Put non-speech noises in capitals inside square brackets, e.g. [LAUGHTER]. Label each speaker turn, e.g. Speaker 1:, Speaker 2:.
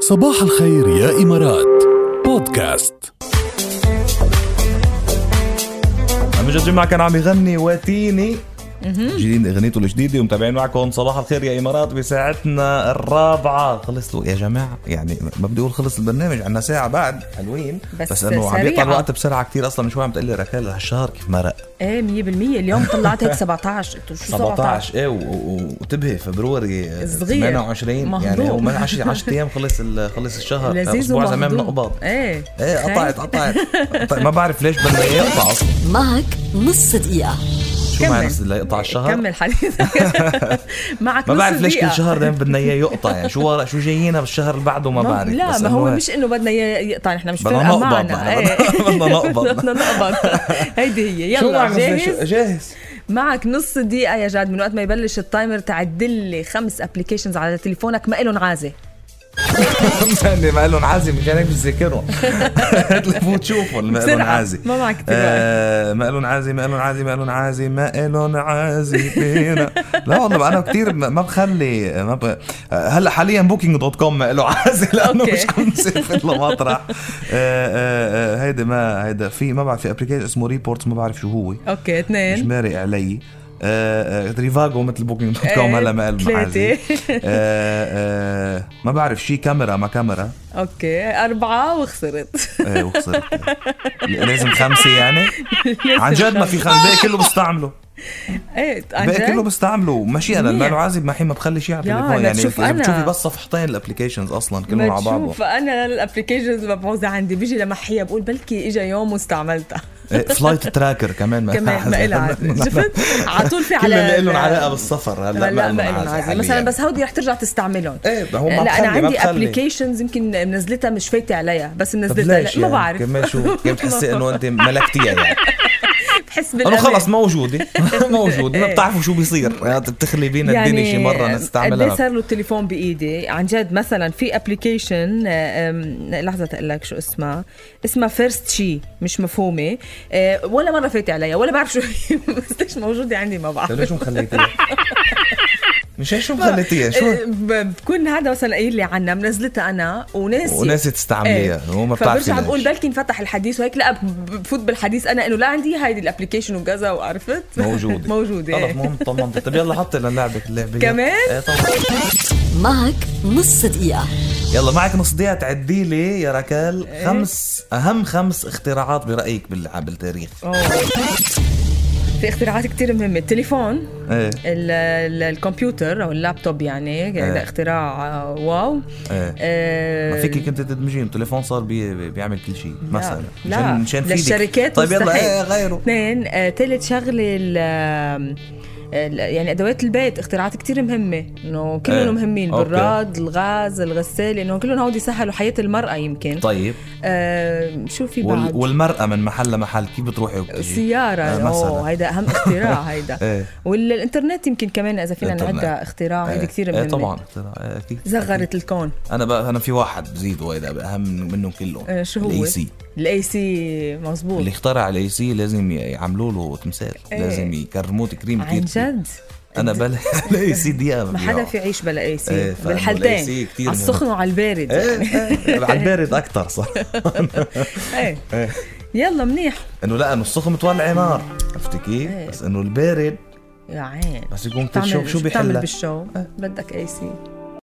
Speaker 1: صباح الخير يا إمارات بودكاست
Speaker 2: مجد جمعة كان عم يغني واتيني جديد اغنيته الجديده ومتابعين معكم صباح الخير يا امارات بساعتنا الرابعه خلص الو- يا جماعه يعني ما بدي اقول خلص البرنامج عنا ساعه بعد حلوين
Speaker 3: بس
Speaker 2: بس انه عم يقطع
Speaker 3: سريعة.
Speaker 2: الوقت بسرعه كثير اصلا من شوي عم تقلي ركال هالشهر كيف مرق
Speaker 3: ايه 100% اليوم طلعت هيك 17 قلت له شو 17
Speaker 2: 17 ايه و- و- وانتبهي فبروري آه،
Speaker 3: صغير.
Speaker 2: 28 يعني
Speaker 3: مهضوم.
Speaker 2: هو 10 ايام خلص ال- خلص الشهر
Speaker 3: لذيذ
Speaker 2: اسبوع زمان
Speaker 3: ومهضوم.
Speaker 2: نقبض
Speaker 3: ايه
Speaker 2: ايه
Speaker 3: تخيل.
Speaker 2: قطعت قطعت قطعت. ما بعرف ليش بدنا إياه يقطع أصلاً.
Speaker 4: معك نص دقيقة
Speaker 2: شو
Speaker 3: كمل.
Speaker 2: معنى نص ليقطع الشهر
Speaker 3: كمل
Speaker 2: [LAUGHS]
Speaker 3: حديثك معك
Speaker 2: ما
Speaker 3: نص
Speaker 2: بعرف ليش كل
Speaker 3: دقيقة.
Speaker 2: شهر دائما بدنا اياه يقطع يعني شو ورا شو جايينا بالشهر اللي بعده ما
Speaker 3: ما-
Speaker 2: بعرف
Speaker 3: لا
Speaker 2: بس
Speaker 3: ما هو
Speaker 2: إنه
Speaker 3: مش انه بدنا ي- يقطع نحن مش
Speaker 2: بدنا
Speaker 3: فارقة
Speaker 2: نقبض
Speaker 3: معنا
Speaker 2: نحن،
Speaker 3: إيه.
Speaker 2: [LAUGHS] بدنا نقبض.
Speaker 3: [LAUGHS] بدنا نقبض هيدي هي
Speaker 2: شو
Speaker 3: يلا
Speaker 2: معنى
Speaker 3: جاهز
Speaker 2: شو- جاهز
Speaker 3: معك نص دقيقة يا جاد من وقت ما يبلش التايمر تعدل لي خمس ابلكيشنز على تليفونك ما لهم عازة
Speaker 2: يعني [LAUGHS] ما لهم عازي مشان هيك بتذكرهم [LAUGHS] تلفوا تشوفوا ما لهم
Speaker 3: بسرعة.
Speaker 2: عازي
Speaker 3: ما معك كتير
Speaker 2: آه، ما لهم عازي ما لهم عازي ما لهم عازي ما لهم عازي فينا لا والله انا كثير ما بخلي ما ب... هلا حاليا بوكينج دوت كوم ما له عازي لانه
Speaker 3: أوكي.
Speaker 2: مش عم نسافر لمطرح آه، آه، آه، هيدا ما هيدا في ما بعرف في ابلكيشن اسمه ريبورتس ما بعرف شو هو
Speaker 3: اوكي
Speaker 2: مش
Speaker 3: اثنين
Speaker 2: مارق علي آه، آه، تريفاجو مثل بوكينج دوت كوم
Speaker 3: إيه،
Speaker 2: هلا ما قال معازي
Speaker 3: ثلاثة.
Speaker 2: آه، آه، ما بعرف شي كاميرا ما كاميرا
Speaker 3: اوكي أربعة وخسرت [LAUGHS]
Speaker 2: ايه وخسرت لازم خمسه يعني عن جد ما في خمسه الباقي كله بستعمله
Speaker 3: ايه عن
Speaker 2: الباقي كله
Speaker 3: جد
Speaker 2: بستعمله وماشي انا
Speaker 3: منيح.
Speaker 2: ما له عازب ما حي ما بخلي شيء على
Speaker 3: يا
Speaker 2: التليفون
Speaker 3: لا
Speaker 2: يعني
Speaker 3: تشوف
Speaker 2: إذا
Speaker 3: أنا.
Speaker 2: بتشوفي بس صفحتين الابلكيشنز اصلا كلهم على بعضهم
Speaker 3: بتشوف انا الابلكيشنز مبعوثه عندي بيجي لمحيها بقول بلكي اجى
Speaker 2: [LAUGHS]
Speaker 3: يوم واستعملتها
Speaker 2: فلايت تراكر إيه، كمان ما [LAUGHS]
Speaker 3: كمان ما إلها عازة. شفت [LAUGHS] على طول في
Speaker 2: كل
Speaker 3: على
Speaker 2: اللي لهم علاقه بالسفر هلا
Speaker 3: لا ما
Speaker 2: ما
Speaker 3: إلهم
Speaker 2: لهم
Speaker 3: عازة مثلا بس هودي رح ترجع تستعملهم
Speaker 2: ايه هو ما
Speaker 3: لا
Speaker 2: بخلي
Speaker 3: انا
Speaker 2: ما
Speaker 3: عندي
Speaker 2: بخلي.
Speaker 3: ابلكيشنز يمكن منزلتها مش فايته عليها بس
Speaker 2: طب
Speaker 3: منزلتها
Speaker 2: ليش
Speaker 3: لا، ما
Speaker 2: يعني؟
Speaker 3: بعرف
Speaker 2: كمان شو كيف بتحسي انه انت ملكتيها يعني
Speaker 3: بحس
Speaker 2: انه
Speaker 3: بالأمان.
Speaker 2: خلص موجوده [LAUGHS] موجوده ما
Speaker 3: إيه.
Speaker 2: بتعرفوا شو بيصير يعني بتخلي بينا الدنيا شي مره
Speaker 3: قد إيه
Speaker 2: نستعملها
Speaker 3: صار له التليفون بايدي عن جد مثلا في آه، ابلكيشن لحظه اقول لك شو اسمها اسمها فيرست شي مش مفهومه آه، ولا مره فاتت عليا ولا بعرف شو [LAUGHS] هي بس ليش موجوده عندي ما بعرف
Speaker 2: طيب ليش مخليتيها؟ [LAUGHS] مشان شو مخليتيها؟ شو؟
Speaker 3: آه، ب- بكون هذا مثلا قايل لي عنها منزلتها انا وناسي
Speaker 2: وناسي تستعمليها،
Speaker 3: إيه.
Speaker 2: وما بتعرفي
Speaker 3: فبرجع
Speaker 2: ليش.
Speaker 3: بقول بلكي انفتح الحديث وهيك لا ب- بفوت بالحديث انا انه لا عندي هيدي الابلكيشن وكذا وعرفت [LAUGHS]
Speaker 2: موجودة
Speaker 3: موجوده
Speaker 2: خلص
Speaker 3: إيه.
Speaker 2: مهم طمنت طب يلا حطي لنلعبك اللعبة
Speaker 3: كمان؟
Speaker 2: ايه طبعا
Speaker 4: معك نص دقيقة
Speaker 2: يلا معك نص دقيقة تعدي لي يا
Speaker 3: إيه.
Speaker 2: ركال خمس أهم خمس اختراعات برأيك بال- بالتاريخ
Speaker 3: أوه. في اختراعات كتير مهمة التليفون
Speaker 2: ايه
Speaker 3: ال- ال- الكمبيوتر او اللابتوب يعني هذا اختراع آه، واو
Speaker 2: ايه
Speaker 3: آه،
Speaker 2: إيه. ما فيك كنت تدمجين التليفون صار بي بي- بيعمل كل شيء مثلا
Speaker 3: لا.
Speaker 2: مشان- مشان فيدك.
Speaker 3: للشركات
Speaker 2: طيب يلا
Speaker 3: مستحيل.
Speaker 2: ايه غيره
Speaker 3: اثنين آه، ثالث شغله ال- ال- يعني ادوات البيت اختراعات كتير مهمه انه كلهم
Speaker 2: إيه.
Speaker 3: مهمين
Speaker 2: أوكي.
Speaker 3: براد الغاز الغساله انه كلهم هودي سهلوا حياه المراه يمكن
Speaker 2: طيب
Speaker 3: آه شو في
Speaker 2: وال-
Speaker 3: بعد
Speaker 2: والمرأة من محل لمحل كيف بتروحي وبتجي؟
Speaker 3: السيارة
Speaker 2: آه، مثلاً.
Speaker 3: اوه هيدا اهم اختراع
Speaker 2: [LAUGHS]
Speaker 3: هيدا
Speaker 2: ايه
Speaker 3: والانترنت يمكن كمان اذا فينا
Speaker 2: الإنترنت.
Speaker 3: نعدها اختراع هيدي
Speaker 2: ايه.
Speaker 3: كثير مهمة
Speaker 2: ايه طبعا اختراع ايه أكيد.
Speaker 3: زغرت الكون
Speaker 2: انا بقى انا في واحد بزيد وايد اهم منهم كلهم
Speaker 3: آه، شو هو؟
Speaker 2: الاي سي
Speaker 3: الاي سي مزبوط
Speaker 2: اللي اخترع الاي سي لازم يعملوا له تمثال
Speaker 3: إيه.
Speaker 2: لازم يكرموه تكريم
Speaker 3: عن
Speaker 2: كتير
Speaker 3: جد
Speaker 2: انا [LAUGHS] بلا الاي سي دقيقه
Speaker 3: ما حدا في يعيش بلا اي
Speaker 2: إيه،
Speaker 3: سي
Speaker 2: فاهم. والإي سي
Speaker 3: بالحالتين
Speaker 2: كتير
Speaker 3: على
Speaker 2: مهم.
Speaker 3: السخن وعلى البارد
Speaker 2: ايه
Speaker 3: يعني
Speaker 2: إيه، على البارد اكثر صح
Speaker 3: ايه
Speaker 2: [LAUGHS] إيه.
Speaker 3: يلا منيح
Speaker 2: انه لا انه السخن متولع نار عرفتي كيف؟
Speaker 3: إيه.
Speaker 2: بس انه البارد
Speaker 3: يا عين
Speaker 2: بس يكون كتير
Speaker 3: بتعمل
Speaker 2: شو إيه. شو
Speaker 3: بتعمل
Speaker 2: بيحلها؟
Speaker 3: بالشو بدك اي سي